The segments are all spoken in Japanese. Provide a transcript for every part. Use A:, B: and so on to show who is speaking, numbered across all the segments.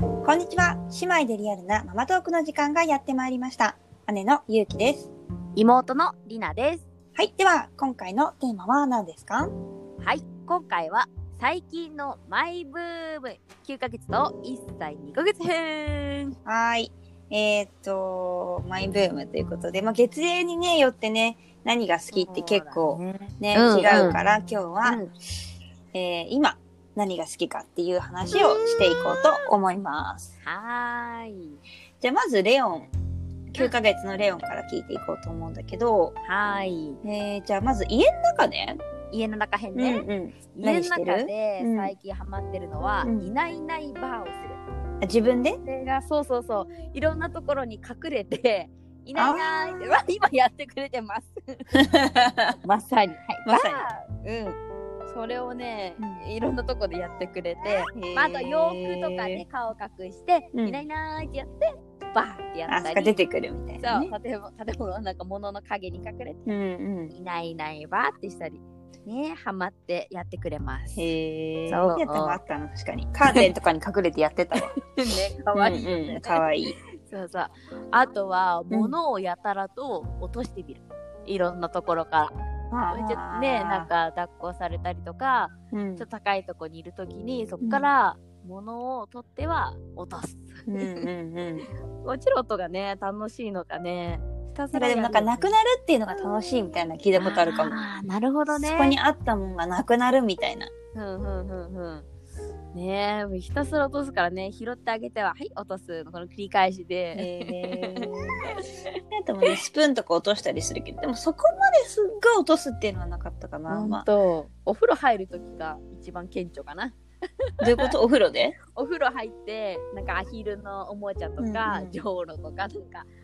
A: こんにちは。姉妹でリアルなママトークの時間がやってまいりました。姉のゆうきです。
B: 妹のりなです
A: はい。では、今回のテーマは何ですか
B: はい今回は最近のマイブーム9ヶ月と1歳2ヶ月編
A: はい。えーっと、マイブームということで、まあ、月齢にね、よってね、何が好きって結構ね、
B: そうだね
A: 違うから、今日は、
B: うん
A: えー今、何が好きかっていう話をしていこうと思います。
B: はーい
A: じゃあ、まず、レオン。9ヶ月のレオンから聞いていこうと思うんだけど、
B: はーい
A: えー、じゃあまず家の中ね。
B: 家の中編
A: うん
B: ね、
A: うん。
B: 家
A: 何
B: の
A: してる
B: 中で
A: うん
B: 最近ハマってるのは、
A: うん
B: いないいないバーをする
A: あ自分で
B: それがそうそうそういろんなところに隠れていないいないってわ今やってくれ てますまさに、はい、
A: まさに
B: バーうんそれをね、
A: うん
B: いろんなとこでやってくれてまあ、あと洋服とかね。顔隠して、
A: うん
B: いないいないってやってバーってや
A: あ
B: っ
A: そ
B: た
A: っか
B: り
A: 出てくるみたいな、ね。
B: そう建物建物のなんか物の陰に隠れて
A: う。んうん。
B: いないいないバーってしたりねハマってやってくれます。ね
A: へえ。
B: そう
A: やったもあったの確かに。カーテンとかに隠れてやってたわ。
B: 可愛いよ
A: うんうん
B: ね。
A: かわいい。
B: そうそうあとは物をやたらと落としてみる。いろんなところから。それでねなん、か抱っこされたりとか
A: うん
B: ちょっと高いとこにいるときにそこから物を取っては落とす。
A: うんうんうん。
B: もちろん音がね楽しいのかねひた
A: それでもなんかなくなるっていうのが楽しいみたいなの聞いたことあるかも。
B: あーなるほどね
A: そこにあったもんがなくなるみたいな。
B: うんうんうんうんねえもうひたすら落とすからね拾ってあげてははい落とすのこの繰り返しで、
A: へえ。あともねスプーンとか落としたりするけど、でもそこまですっごい落とすっていうのはなかったか
B: え
A: な。まあ、
B: とお風呂入る時が一番顕著かな
A: どういうことお風呂で
B: お風呂入ってなんかアヒルのおもちゃとか、
A: うんうん
B: じょうろとかなんか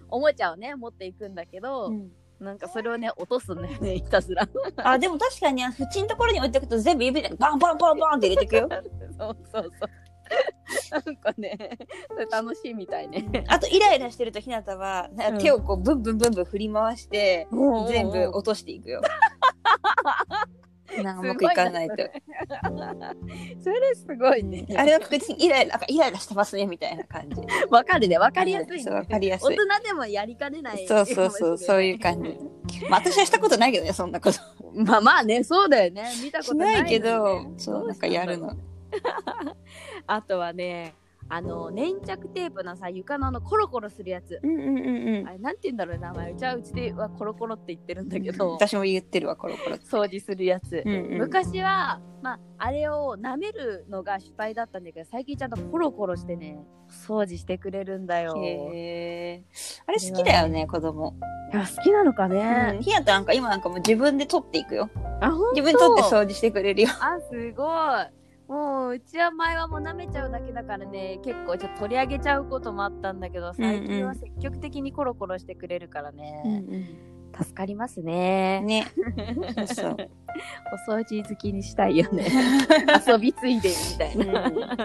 B: おもちゃをね持っていくんだけど、なんかそれをね落とすんだよねひたすら
A: あ、でも確かに、あの縁のところに置いておくと全部指でバンバンバンバンって入れていく よ。
B: そうそうそうなんかねそれ楽しいみたいね
A: あと、イライラしてると、ひなたは、なんか手をこう、ブンブンブンブン振り回して、全部落としていく よ。なんかうまくいかないと。
B: それすごいね。
A: あれは確実にイライラ、なんかイライラしてますね、みたいな感じ。わ
B: わかるね、わかりやすい、ね。
A: わかりやす
B: 大
A: い。
B: 人でもやりかねない。
A: そうそうそう、そういう感じ。まあ、私はしたことないけどね、そんなこと。
B: じ。まあまあね、そうだよね。見たこ
A: し
B: とない,、
A: ないけど、そう、
B: ど
A: な
B: うんし
A: か
B: たんだ
A: や
B: ろう
A: るの。
B: あとはね、あの粘着テープのさ、床のあのコロコロするやつ。
A: うんうんうんうん
B: あ。れなんて言うんだろうね名前。うちはうちではコロコロって言ってるんだ けど、
A: 私も言ってるわ、コロコロ。
B: 掃除するやつ。
A: うんうん
B: 昔は、まあ、あれを舐めるのが主体だったんだけど最近ちゃんとコロコロしてね掃除してくれるんだよ。
A: へえ。あれ好きだよね、子供。
B: いや好きなのか
A: うん。
B: ね。
A: ひなたなんか今なんかもう自分で取っていくよ。
B: あほん
A: 自分で取って掃除してくれるよ。
B: あすごいもううちは前はもう舐めちゃうだけだからね結構ちょっと取り上げちゃうこともあったんだけど最近は積極的にコロコロしてくれるからね、助かります ね
A: ね。そうそう。
B: お掃除好きにしたいよ ね遊びついでみたい
A: うん、
B: な、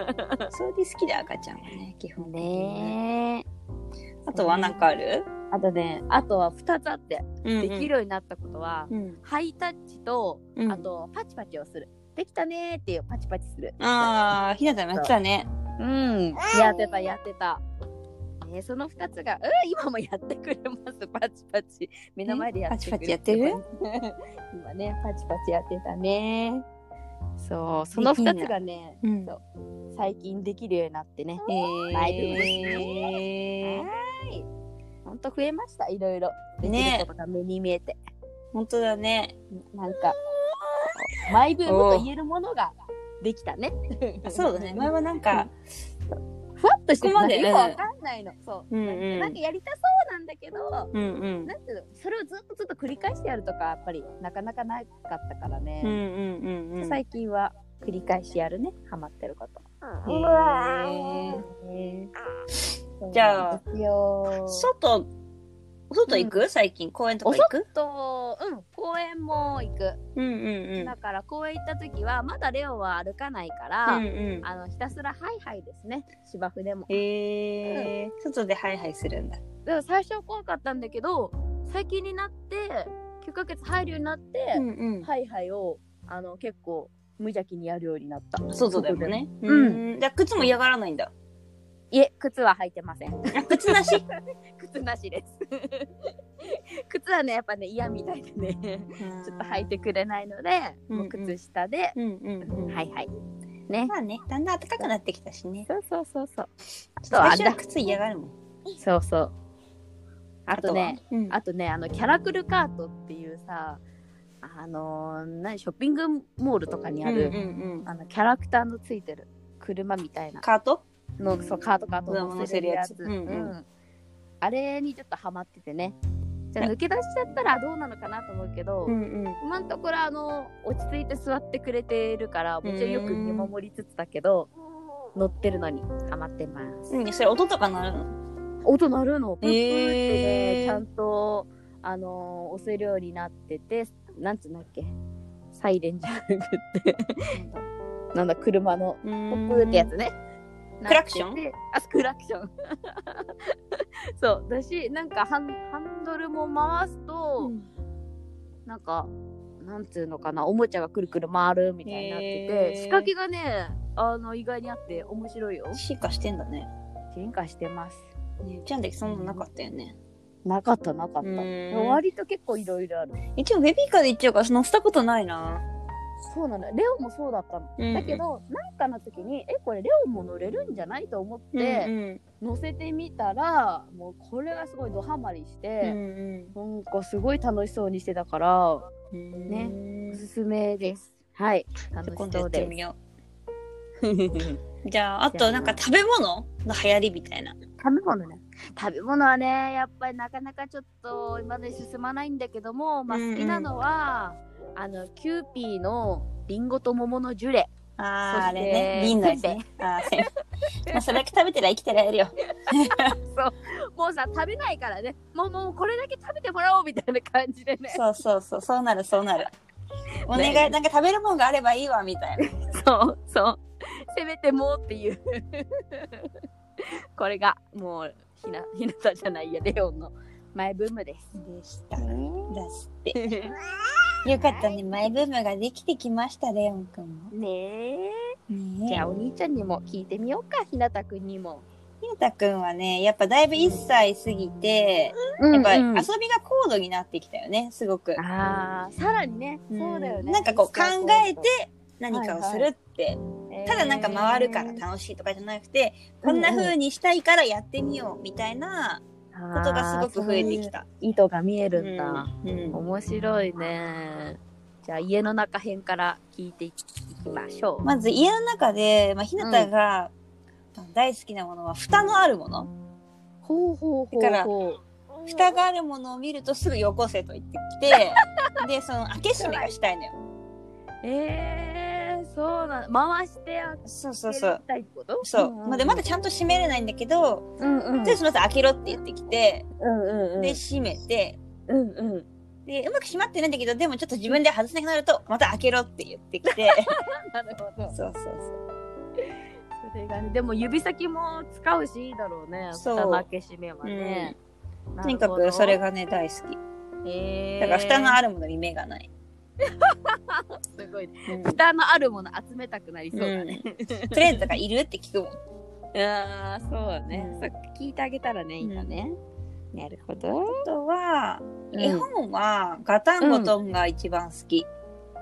A: 掃除好きで赤ちゃんはね、基本的にね。
B: ねえ
A: あとはなんかある
B: あとねあとは2つあって
A: で
B: できる。ようになったことは、
A: うん。
B: ハイタッチと
A: うん
B: あとパチパチをする、できたねーっていうパチパチする
A: ああ、ひなたもやってたね。
B: うん、やってたやってた。ね、その二つが、うん、今もやってくれます。パチパチ。目の前でやって
A: えパチパ
B: くれ
A: チや
B: 今ね、パチパチやってたね。そう、その二つがね、
A: うん
B: そう最近できるようになってね。
A: え
B: だいぶ嬉しい
A: えー。
B: ほんと増えました、いろいろ。できることが目に見えて。
A: 本当だね。
B: なんか、マイブームと言えるものができたね。
A: あそうだね。前はなんか、
B: ふわっとして
A: ここまで
B: なんかよくわかんないの。そう。
A: うんうん
B: なんかやりたそうなんだけど、
A: うんうん。
B: なんていうのそれをずっとずっと繰り返してやるとかやっぱりなかなかなかったから
A: うんう
B: ね、
A: んうんうん。
B: 最近は繰り返しやるねハマってること、
A: へー
B: ね
A: じゃあ
B: そうなんですよ
A: 外、外行く最近公園とか行く
B: とうん公園も行く、
A: うんうんうん。
B: だから公園行った時はまだレオは歩かないから、
A: うんうん。
B: あのひたすらハイハイですね芝生でも
A: へえー、外でハイハイするんだ。
B: でも最初は怖かったんだけど最近になって9ヶ月入るようになって、
A: んう
B: ハイハイをあの結構無邪気にやるようになった
A: 外でもね。
B: うん
A: うん。じゃあ靴も嫌がらないんだ。
B: いえ、靴は履いてません。
A: あ靴なし
B: 靴なしです。 靴はね、やっぱね、嫌みたいでね、
A: ちょ
B: ちょっと履いてくれないので、
A: うん
B: もう靴下で、
A: うんうんうん
B: はいはい。ね。
A: まあねだんだん暖かくなってきたしね
B: そうそうそうそう。あとは
A: 最初は靴嫌がるもん
B: そうそう。あとね、
A: はうん
B: あとね、あの、キャラクルカートっていうさ、あのー、何、ショッピングモールとかにある、
A: うんうんうん
B: あの、キャラクターのついてる車みたいな
A: カート
B: の、そう、カートカート
A: 乗せるやつ
B: 乗せるや
A: うん
B: つ
A: うん
B: うんあれにちょっとハマっててね。じゃあ抜け出しちゃったらどうなのかなと思うけど、
A: んうん
B: 今のところあの落ち着いて座ってくれてるからもちろんよく見守りつつだけど乗ってるのにハマってます、
A: うん、それ音とか鳴るの
B: 音鳴るのプープーってね、
A: えー
B: ちゃんとあの押せるようになっててなんつうんだっけサイレンじゃなくって なんだ車の
A: ポ
B: ポップってやつね
A: クラクション
B: なっててあクラクション そうだしなんかハンハンドルも回すと、なんか、なんつうのかな、おもちゃがくるくる回るみたいになって
A: へー
B: て、仕掛けがね、あの、意外にあって面白いよ。
A: 進化してんだね
B: 進化してます。
A: ねうちゃんだけそんななかったよね
B: なかった、なかっ
A: う
B: た。
A: ーん
B: 割と結構いろいろある。
A: 一応ベビーカーで行っちゃうから乗せたことないな
B: そうなの。レオもそうだったの。
A: うん
B: だけど、なんかの時に、え、これレオも乗れるんじゃないと思っ
A: う
B: て、
A: ん
B: 乗せてみたら、もうこれがすごいドハマりし
A: うん
B: て、なんかすごい楽しそうにしてたから、お
A: うん
B: ね
A: うん
B: すすめです。はい。楽
A: じゃあ
B: し
A: 今度や
B: そ
A: っ
B: う
A: て
B: で
A: み
B: す。
A: ようじゃああとなんか食べ物の流行りみたいな
B: 食べ物ね食べ物はねやっぱりなかなかちょっと今まで進まないんだけども、まあ、
A: うんうん
B: 好きなのは、あのキューピーのリンゴと桃のジュレ
A: あー
B: そ
A: あ
B: して
A: れね瓶のやつねあーせん まあそれだけ食べてりゃ生きてられるよ
B: もうさ食べないからねもうもうこれだけ食べてもらおうみたいな感じでね
A: そうそうそうそうなるそうなるお願い
B: ね
A: なんか食べるもんがあればいいわみたいな
B: そうそうせめてもうっていうこれがもうひなひなたじゃないやレオンのマイブームです
A: でしただって よかったねマイブームができてきましたレオンくんも
B: ねえ
A: ねえ
B: じゃあお兄ちゃんにも聞いてみようかひなたくんにも
A: ひなたくんはねやっぱだいぶ1歳過ぎてやっぱ遊びが高度になってきたよねすごく、
B: あーさらにね、
A: ん
B: そうだよね
A: なんかこう考えて何かをするって、ただなんか回るから
B: こ
A: 楽しいとかじゃなくて、こんな風にしたいからやってみようみたいなことがすごく増えてきた。
B: 意図が見え
A: う
B: るんだ、
A: ん
B: 面白いねじゃあ家の中編から聞いていきましょう、
A: まず家の中で、まあ、ひなたが大好きなものは蓋のあるもの、
B: ほうほうほう
A: だから
B: ほう
A: 蓋があるものを見るとすぐよこせと言ってき てでその開け閉めがしたいのよ。
B: えー、そうなの回してあ
A: そうそ
B: げ
A: うそう
B: たいってこと
A: そう、まあ、でまだちゃんと閉めれないんだけど、でその後開けろって言ってきて、
B: うんうんうん
A: で閉めて
B: うんうん
A: でうまく閉まってないんだけどでもちょっと自分で外せなくなるとまた開けろって言ってきて
B: なるほ ど
A: そうそうそう
B: それがねでも指先も使うしいいだろうね
A: そう
B: 蓋の開け閉めはね、
A: とにかくそれ
B: が
A: がね大好き
B: え
A: だから蓋のあるものに目がない、
B: すごいね
A: うん
B: 蓋のあるもの集めたくなりそうだね、
A: と りあえずだからいるって聞くもん
B: ああそうだね、
A: うん
B: そっか聞いてあげたらねいいんだね、なるほど、
A: あとは、絵
B: 絵本
A: 本はガタンゴトンが一番好き、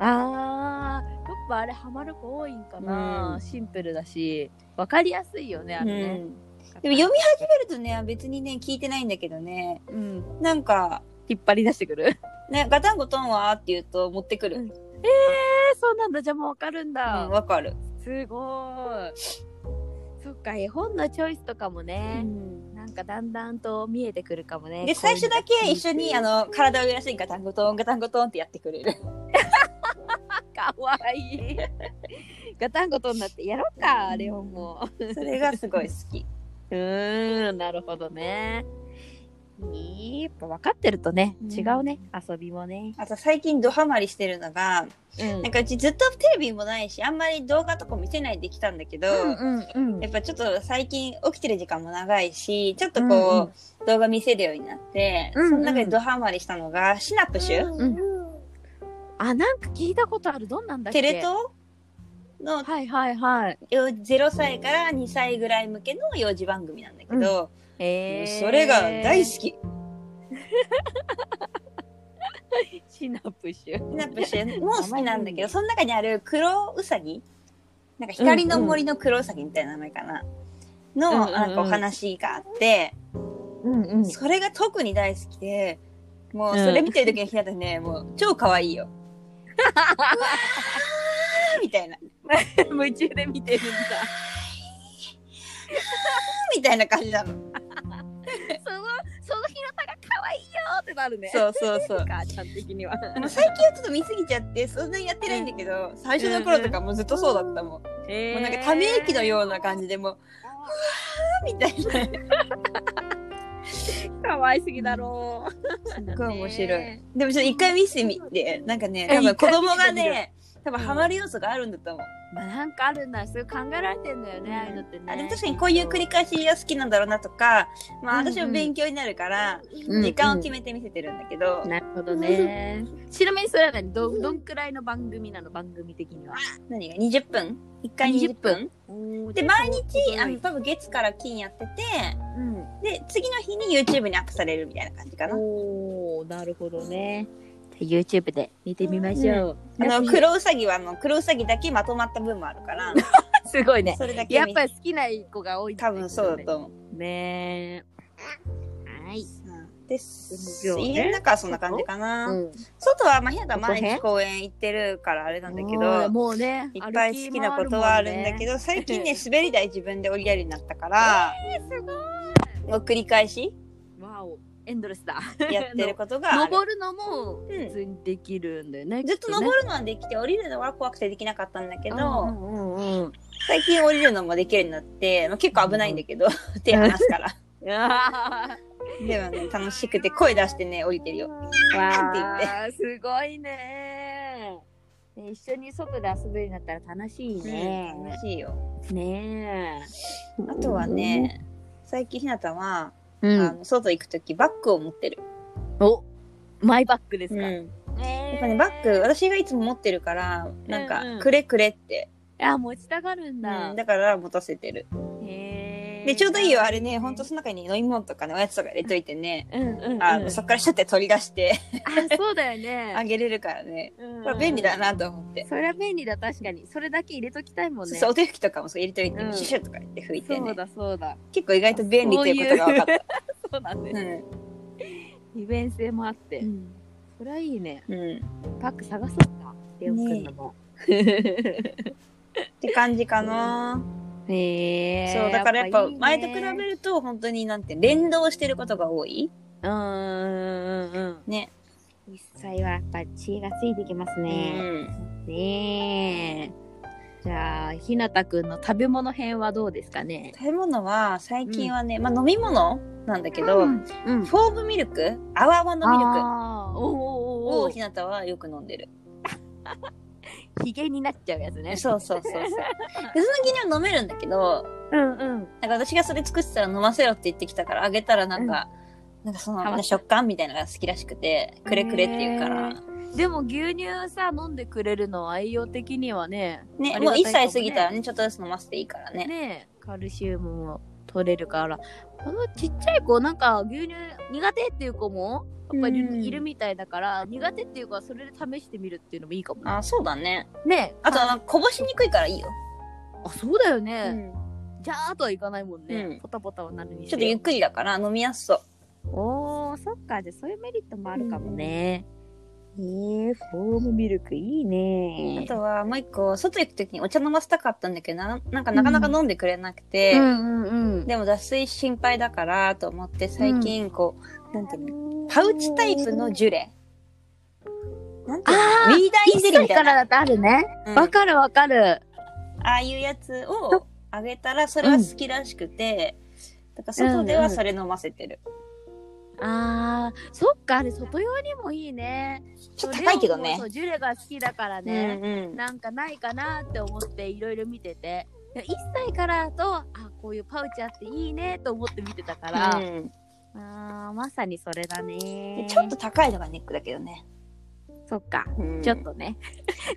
B: あーやっぱあれハマる子多いんかな、
A: うん
B: シンプルだしわかりやすいよねあれね、
A: でも読み始めるとね別にね聞いてないんだけどね
B: うん、
A: なんか、
B: 引っ張り出してくる え
A: ね「ガタンゴトンは?」って言うと持ってくる
B: う
A: うん
B: んー、そうなんだじゃあもうわかるんだ、
A: わ、かる、
B: すごいそっか絵本のチョイスとかもね、なんかだんだんと見えてくるかもね
A: で
B: こうい
A: 最
B: う
A: 初だけ一緒にあの体を揺らしてガタンゴトンガタンゴトンってやってくれ る
B: かわいいガタンゴトになってやろうかレオンも
A: それがすごい好き
B: うーん、なるほどね。いいやっぱ分かってるとね、
A: うん
B: 違うね、遊びもね。
A: あと最近ドハマりしてるのが
B: うん
A: なんかうちずっとテレビもないしあんまり動画とか見せないで来たんだけど、
B: うんうん
A: やっぱちょっと最近起きてる時間も長いしちょっとこう、動画見せるようになって、
B: うんうん
A: その中でドハマりしたのがシナプシュ、
B: うんあ、なんか聞いたことある、どんなんだっけ
A: テレ東の
B: はいはいはい。
A: 0歳から2歳ぐらい向けの幼児番組なんだけど、
B: えー、
A: それが大好き。
B: き。シナプシュ。
A: ナプシェも好きなんだけど、その中にある黒ウサギなんか光の森の黒ウサギみたいな名前かな、
B: うんうん
A: のなんかお話があって、
B: うんう
A: それが特に大好きで、もうそれ見てる時のひなたね、もう超可愛いよ。うわーみたいな、
B: 夢中で見てるんだ。
A: みたいな感じなの。
B: その、その日のたが可愛いよーってなるね。
A: そうそう そう。
B: 母ちゃん 的には。
A: あの最近はちょっと見すぎちゃって、そんなにやってないんだけど、最初の頃とかもうずっとそうだったもん。
B: え
A: もうなんかため息のような感じでもう、あーみたいな。
B: 可愛すぎだろう。
A: すっごい面白い。
B: ね
A: でもちょっと一回見せてみて、なんかね、
B: え
A: 多分
B: 一回
A: 子供が
B: 見てみ
A: ね、多分ハマる要素があるんだと思う。
B: まあ、なんかあるんだ。それ考えられてんだよね、ああいうのってね。
A: あでも確かにこういう繰り返しが好きなんだろうなとか、まあ
B: うんうん
A: 私も勉強になるから、
B: うん
A: 時間を決めて見せてるんだけど、
B: なるほどね。ちなみにそれは何ど、どんくらいの番組なの番組的には。
A: 何が20分 ?1 回20
B: 20
A: 分で、
B: で、
A: 毎日、あ
B: う
A: の、
B: ん
A: 多分月から金やってて、で、次の日に YouTube にアップされるみたいな感じかな。
B: おおなるほどね。じゃあ YouTube で見てみましょう。
A: あの、
B: 黒
A: 黒うさぎはあの、黒うさぎだけまとまった分もあるから、
B: すごいね。
A: それだけ
B: やっ
A: 見
B: ぱり好きな子が多いんだ
A: 多
B: ね
A: 分そうだと思う。
B: ねえ。はい。
A: です。
B: よね
A: 家の中はそんな感じかな。
B: うん。
A: 外は、まあ、ひなたは毎
B: ここ
A: 日
B: へ
A: 公園行ってるからあれなんだけ
B: もう
A: ど、
B: もうね、
A: いっぱい好きなことはあるんだけ
B: ど。
A: ど、最近ね、滑り台自分で降りられるようになった から、
B: すご
A: もう繰り返し
B: い。わお、エンドレスだ。
A: やってることがある。
B: 登るのも普通にできるんだよね。
A: ずっと
B: きね
A: 登るのはできて、降りるのは怖くてできなかったんだけ
B: う
A: ど、
B: んうんうんうん
A: 最近降りるのもできるようになって、まあ、結構危ないんだけど、手離すから。
B: あ
A: でもね、楽しくて声出してね、降りてるよ。
B: ー
A: わーって
B: わーすごいねね一緒に外で遊べるようになったら楽しい
A: 言って。
B: ね。
A: 楽しいよ。
B: ねえ。
A: あとは、ね、最近ひなたは、
B: う
A: あ
B: ん、
A: の外行くときバッグを持ってる。
B: おマイバッグですか、
A: うん
B: や
A: やっぱね、バッグ、私がいつも持ってるから、なん
B: うんう
A: か
B: ん、
A: くれくれって、
B: あ持ちたがるんだ、
A: うんだから持たせてる。
B: へえ
A: で、ちょうどいいよ、あれね、ほんとその中に飲み物とかね、おやつとか入れといてね、
B: うんうん、うん、
A: あの、そっからシャッて取り出して
B: あそうだよ
A: あ
B: ね
A: げれるからね、
B: うん
A: これ便利だなと思って。
B: それは便利だ確かにそれだけ入れときたいもんね
A: そう、お手拭きとかもそう入れといて
B: う、ん
A: シュシュとか言って拭いて
B: そう
A: ね。
B: だそうだ
A: 結構意外と便利ということが分かった。
B: そうなんで
A: う
B: す
A: ん
B: 利便性もあって、
A: うん
B: それはいいね
A: うん。
B: バッグ探そうかレオくんのも、
A: って感じかな。
B: へえ
A: そう、だからやっぱ
B: いいね
A: 前と比べると本当になんて連動してることが多い。
B: うんうんうんうん
A: ね。
B: 実際はやっぱ知恵がついてきます
A: う
B: ね、
A: ん。
B: ねえじゃあひなたくんの食べ物編はどうですかね
A: 食べ物は最近はね、まあ飲み物なんだけど、
B: うんうん、
A: フォーブミルク泡泡のミルク
B: あーおうおうおう
A: を
B: おう
A: ひなたはよく飲んでる。
B: ひげになっちゃうやつね
A: そうそうそうそう。で、その気には飲めるんだけど、
B: うんうん
A: なんか私がそれ作ってたら飲ませろって言ってきたからあげたらなんか、なんかそ
B: かわ
A: の
B: いい
A: 食感みたいなのが好きらしくて、くれくれって言うから
B: へ。でも牛乳さ飲んでくれるのは栄養的にはね
A: ね、
B: あり
A: も
B: が
A: う
B: た
A: 1
B: いかもね
A: 歳過ぎたらね、ちょっとずつ飲ませていいからね。
B: ねカルシウムも取れるからこのちっちゃい子なんか牛乳苦手っていう子もやっぱりいる,、
A: うん
B: みたいだから苦手っていう子はそれで試してみるっていうのもいいかもね
A: あ、そうだね。
B: ね
A: あとはなんかこぼしにくいからいいよ。
B: あそうだよ
A: う
B: ね、
A: ん
B: じゃーっとはいかないもんね、
A: うん
B: ポタポタはなるに
A: ちょっとゆっくりだから飲みやすそう。
B: おーそっかじゃあそういうメリットもあるかもね、えー、フォームミルクいいね
A: あとはもう一個、外行くときにお茶飲ませたかったんだけど、ななんかなかなか飲んでくれなくて、
B: うんうんうん
A: でも脱水心配だからと思って最近こう、なんていうのパウチタイプのジュレ。なんていう
B: あ
A: のウィーダーインゼリーみたいな。
B: だとあるね。
A: うん
B: わ、かるわかる。
A: ああいうやつをあげたらそれは好きらしくて、だから外ではそれ飲ませてる。
B: あー、そっか、あれ、外用にもいいね。
A: ちょっと高いけどね
B: そうレオもそうジュレが好きだから
A: うん
B: ね。
A: うん。
B: なんかないかなって思っていろいろ見てて。1歳からだと、あこういうパウチあっていいねと思って見てたから、
A: うん
B: あーまさにそれだね
A: でちょっと高いのがネックだけどね。
B: そっか。
A: うん
B: ちょっとね。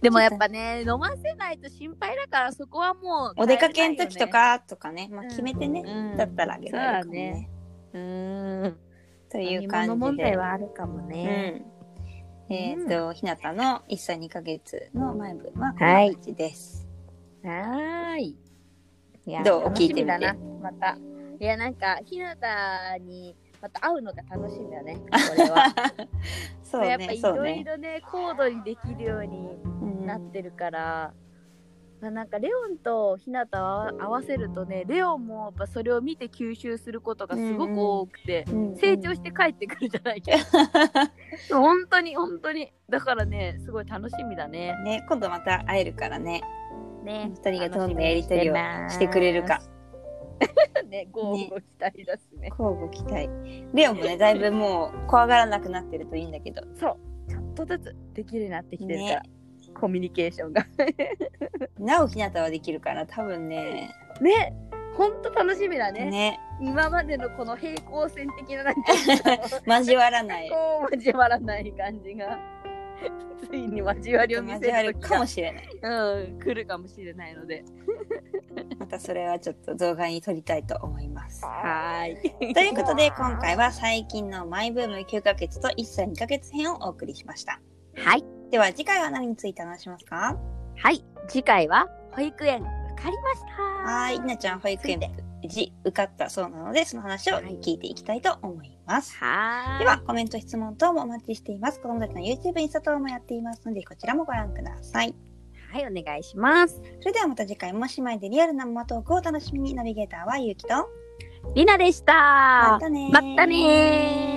B: でもやっぱね、飲ませないと心配だから、そこはもう、
A: お出かけの時と。かとかね、まあ、決めてね、
B: うん
A: だったらあげられるかもね。
B: うーん。
A: と
B: と
A: いう感じで。
B: 問題はあるかもね。
A: うん、えっ、と、ひなたの1歳2ヶ月の前分はこん
B: は
A: ない感じです。
B: はーい。いや
A: どう
B: 楽しみだ
A: 聞い
B: な
A: て
B: また。いや、なんか、ひなたに、また会うのが楽しみだね。これは。
A: そう
B: やっぱ
A: ね、
B: い
A: そう
B: ろ
A: ね。
B: いろね、高度にできるように
A: うん
B: なってるから、まあ、なんかレオンとひなたを合わせるとねレオンもやっぱそれを見て吸収することがすごく多くて、
A: うん
B: 成長して帰ってくるじゃないけ ど本当に本当にだからねすごい楽しみだね。
A: ね、今度また会えるからね、
B: ね
A: 二人がどんなやりとりをしてくれる か。、
B: ね、ご応募したいですね。
A: 交互期待。レオンもね、だいぶもう怖がらなくなってるといいんだけど、
B: そうちょっとずつできるようになってきてるから、
A: ね
B: コミュニケーションが。
A: なおひなたはできるから、多分ね、
B: ね本当楽しみだね
A: ね、
B: 今までのこの平行線的ななん か
A: 交わらない。
B: こう交わらない感じがついに交わりを見
A: 交わ
B: せ
A: る
B: る時
A: か
B: が
A: もしれない。
B: うん、来るかもしれないので
A: またそれはちょっと動画に撮りたいと思います。
B: はー い
A: ということで今回は最近のマイブーム9ヶ月と1歳2ヶ月編をお送りしました。
B: はい
A: では次回は何について話しますか
B: はい次回は保育園受かりました
A: はーい、ひなちゃん保育園
B: つい
A: 無事受かったそうなのでその話を聞いていきたいと思います。
B: はーい
A: ではコメント質問等もお待ちしています。子供たちの YouTube、インスタ等もやっていますのでこちらもご覧ください。
B: はいお願いします
A: それではまた次回も姉妹でリアルなママトークをお楽しみにナビゲーターはゆうきと
B: りなでした
A: またねー
B: またねー